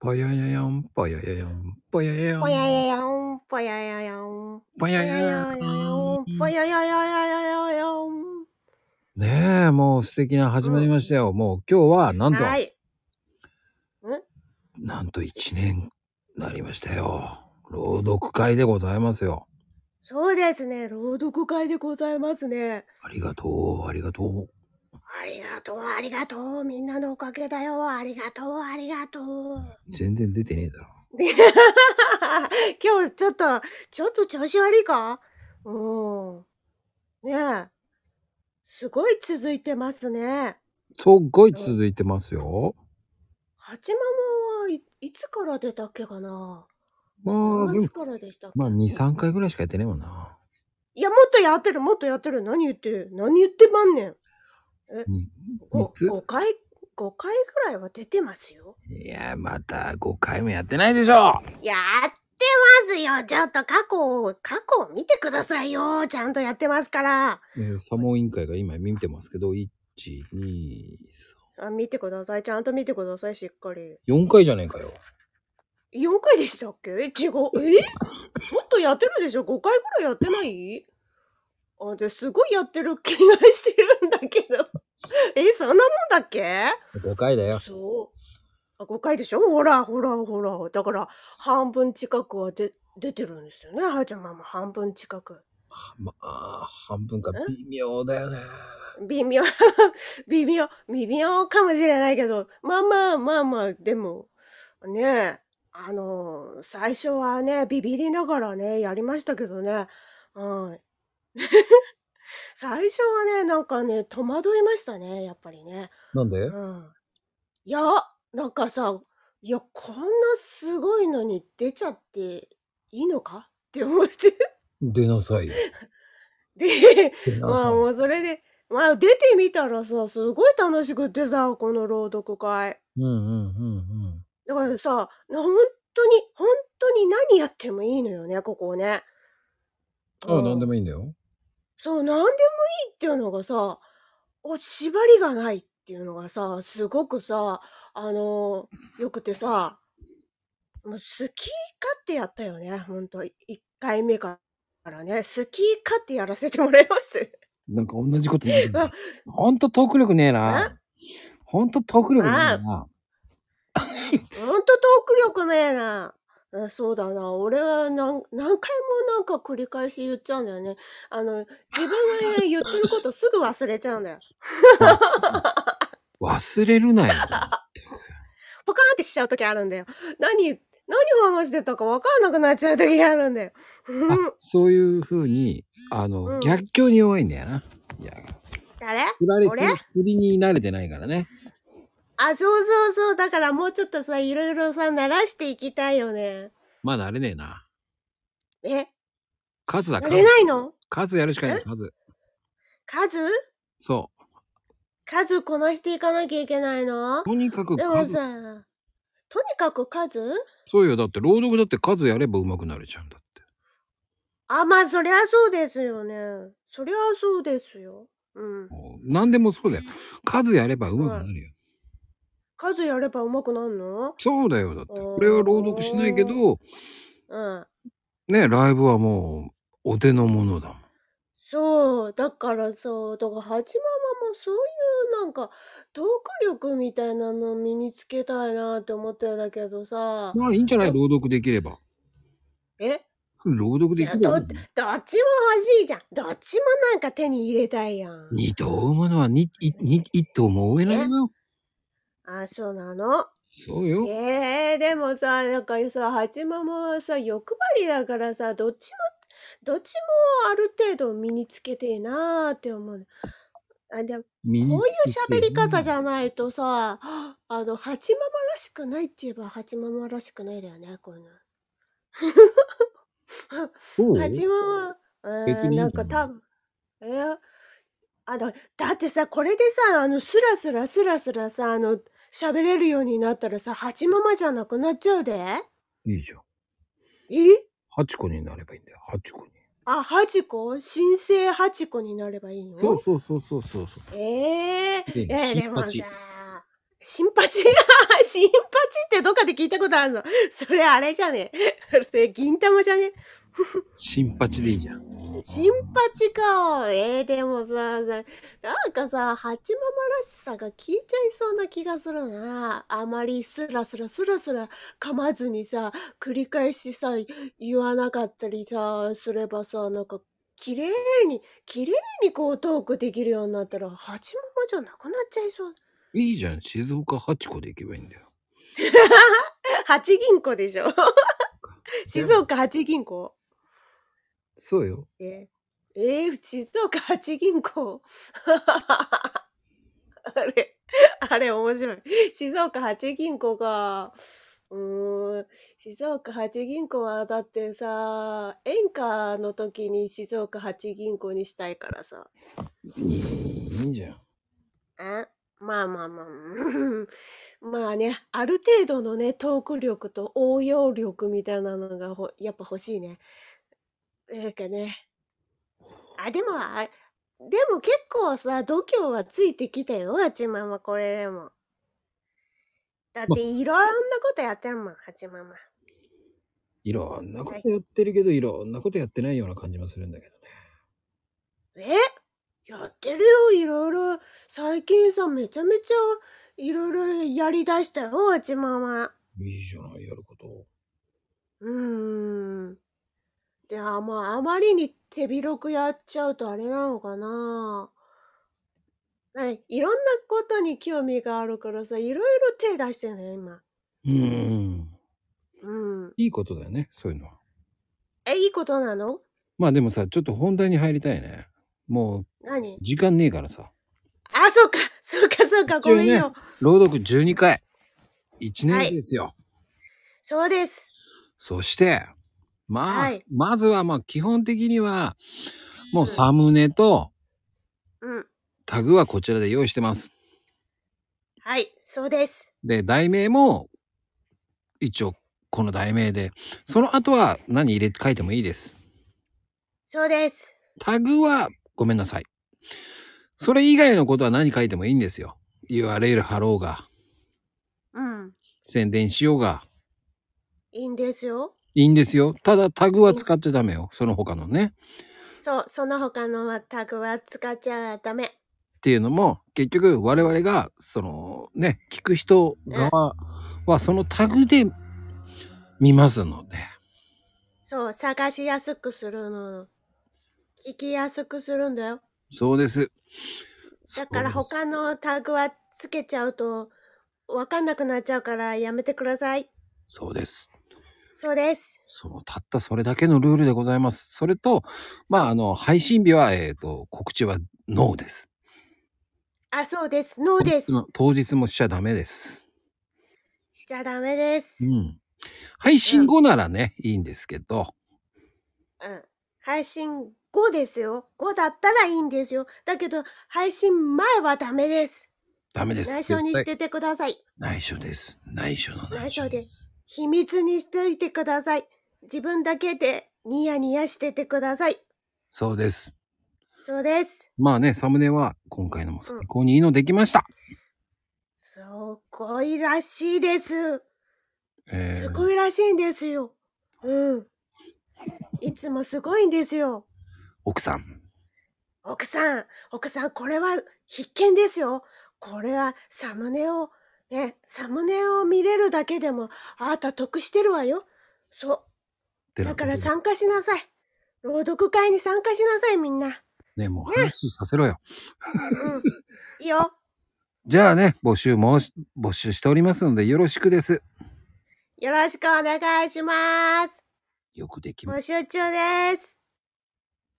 ぽよよよん、ぽよよよん、ぽよよよん、ぽやややん、ぽやややん。ぽぽよやよやよやよやんん。ぽやややややややん。ねえ、もう素敵な始まりましたよ。もう今日はなんと、はい。なんと1年なりましたよ。朗読会でございますよ。そうですね。朗読会でございますね。ありがとう、ありがとう。ありがとう、ありがとう。みんなのおかげだよ。ありがとう、ありがとう。全然出てねえだろ。で今日ちょっと、ちょっと調子悪いかうん。ねえ。すごい続いてますね。すっごい続いてますよ。八ママはい、いつから出たっけかなまあ、何でも月、からでしたっけまあ2、3回ぐらいしかやってねえもんな。いや、もっとやってる、もっとやってる。何言ってる何言ってまんねん。に三 5, つ回、5回ぐらいは出てますよ。いや、また5回もやってないでしょやってますよ。ちょっと過去を、過去を見てくださいよ。ちゃんとやってますから。えー、サモン委員会が今見てますけど、1、2、3、あ見てください。ちゃんと見てください、しっかり。 4回じゃねえかよ。 4回でしたっけえ違う。えもっとやってるでしょ ?5 回ぐらいやってないあ、で、すごいやってる気がしてるんだけど。え、そんなもんだっけ5回だよ。そう。あ、5回でしょほら、ほら、ほら。だから、半分近くはで出てるんですよね。はーちゃんママ、半分近く。まあ、半分か微妙だよね。微妙、 微妙、微妙かもしれないけど、まあまあまあまあ、でも、ねえ、あの、最初はね、ビビりながらね、やりましたけどね、うん。 最初はね、なんかね、戸惑いましたね、やっぱりね。なんでうん。いや、なんかさ、いや、こんなすごいのに出ちゃっていいのかって思って。 出なさいよ。で、出なまあさもうそれで、まあ出てみたらさ、すごい楽しくってさ、この朗読会。い。うんうんうんだからさ、な本当に、本当に何やってもいいのよね、ここね。うん。ああ、なんでいい。もいいんだよ。そう、何でもいいっていうのがさ、お、縛りがないっていうのがさ、すごくさ、あの、よくてさ、もう好き勝手やったよね、ほんと。1回目からね、好き勝手やらせてもらいましたよなんか同じこと言うんだよ。ほんとトーク力ねえな。ほんとトーク力ねえな。ほんとトーク力ねえな。あそうだな。俺は何何回もなんか繰り返し言っちゃうんだよね。あの、自分が言ってることすぐ忘れちゃうんだよ。忘れるなよ。ポカーンってしちゃう時あるんだよ。何、何話してたかわかんなくなっちゃう時があるんだよ。うあんそういうふうに、あうの、ん逆境に弱いんだよな。いや、誰振られ俺て、振りに慣れてないからね。あ、そうそうそう。だからもうちょっとさ、いろいろさ、慣らしていきたいよね。まあ慣れねえな。え、数だ慣数れないの数やるしかない、数。数そ数こなしていかなきゃいけないのう。とにかくでも数。さ、とにかく数そうよ。だって、朗読だって数やれば上手くなれちゃうんだって。あ、まあ、そりゃそうですよね。そりゃそうですよ。うん。もう何でもそうだよ。数やれば上手くなるよ。数やれば上手くなるのそうだよ。だって、おーこれは朗読しないけど、うん。ね、ライブはもう、お手の物だもん。そう。だからそう。だから、八ママもそういうなんか、トーク力みたいなの身につけたいなって思ってんだけどさ。まあ、いいんじゃない朗読できれば。え朗読できれいやばだっ。どっちも欲しいじゃん。どっちもなんか手に入れたいやん。二頭追うものは二、い二、一頭も追えないよ。あ、そうなのそうよ。えー、でもさ、なんかさ、八ママはさ、欲張りだからさ、どっちも、どっちもある程度身につけてえなーって思うの。あ、でも、身にこういうつけて喋り方じゃないとさ、あの、八ママらしくないって言えば八ママらしくないだよね、こういうそうの。八ママ、え別ー、にいいんじゃないなんか多分、えー、あの、だってさ、これでさ、あの、スラスラスラスラさ、あの、喋れるようになったらさ、八ママじゃなくなっちゃうで。いいじゃん。え八個になればいいんだよ。八個に。あ、ハチコ新生ハチコになればいいのそうそうそうそうそうそう。ええいいねえでもさ新八、新八新八 ってどっかで聞いたことあるの。 それあれじゃね。 それ銀玉じゃね。新八でいいじゃん。新八か。えー、でもさ、ななんかさ、八ママらしさが効いちゃいそうな気がするな。あまりスラスラスラスラ噛まずにさ、繰り返しさ、言わなかったりさ、すればさ、なんか、綺麗に、綺麗にこうトークできるようになったら、八ママじゃなくなっちゃいそう。いいじゃん。静岡八個で行けばいいんだよ。八銀行でしょ。静岡八銀行。そうよ。えー、えー静岡八銀行。 あれ、あれ面白い。静岡八銀行か。うーん、静岡八銀行はだってさ、演歌の時に静岡八銀行にしたいからさ。いいいいじゃん。えまあまあまあ、 うんまあね、ある程度のね、トーク力と応用力みたいなのがほやっぱ欲しいね。なんかね。あ、でも、あでも結構さ、度胸はついてきたよ、ハチママ、これでも。だっていろんなことやってるもん、ハチママ。いろんなことやってるけど、いろんなことやってないような感じもするんだけどね。えやってるよ、いろいろ。最近さ、めちゃめちゃいろいろやりだしたよ、ハチママ。いいじゃない、やること。うーん。で、あ、まあ、あまりに手広くやっちゃうとあれなのかな。はい、いろんなことに興味があるからさ、いろいろ手出してね、今。うん。うん。いいことだよね、そういうのは。え、いいことなのまあでもさ、ちょっと本題に入りたいね。もう、何時間ねえからさ。あ、そうか、そうか、そうか、一応ごねめんよ。朗読12回。1年ですよ。そうです。そして、まあ、はいまずはまあ基本的には、もうサムネとうん。タグはこちらで用意してます。はい、そうです。で、題名も、一応、この題名で。その後は何入れて書いてもいいです。そうです。タグは、ごめんなさい。それ以外のことは何書いてもいいんですよ。URL 貼ろうが、うん。宣伝しようが、いいんですよ。いいんですよ。ただタグは使っちゃダメよ。その他のね。そう、その他のタグは使っちゃダメ。っていうのも、結局我々が、そのね、聞く人側はそのタグで見ますので。そう、探しやすくするの。聞きやすくするんだよ。そうです。だからそうです他のタグはつけちゃうと、わかんなくなっちゃうからやめてください。そうです。そうです。そのたったそれだけのルールでございます。それと、まあ、あの、配信日は、えっ、と、告知はノーです。あ、そうです。ノーです。当日もしちゃダメです。しちゃダメです。ううん。ん。配信後ならね、いいんですけど、配信後ですよ。後だったらいいんですよ。だけど、配信前はダメです。ダメです。内緒にし絶対。ててください。内緒です。内緒の内緒です。秘密にしておいてください。自分だけでニヤニヤしててください。そうです。そうです。まあね、サムネは今回のも最高にいいのできました。すごいらしいです。えーすごいらしいんですよ。うん。いつもすごいんですよ。奥さん。奥さん、奥さん、これは必見ですよ。これはサムネを、ね、サムネを見れるだけでも、あなた得してるわよ。そてう。なだことかでら参加しなさい。朗読会に参加しなさい、みんな。ね、もう話させろよ。 うん。いいよ。じゃあね、募集もし募集しておりますので、よろしくです。よろしくお願いします。よくできま募集中です。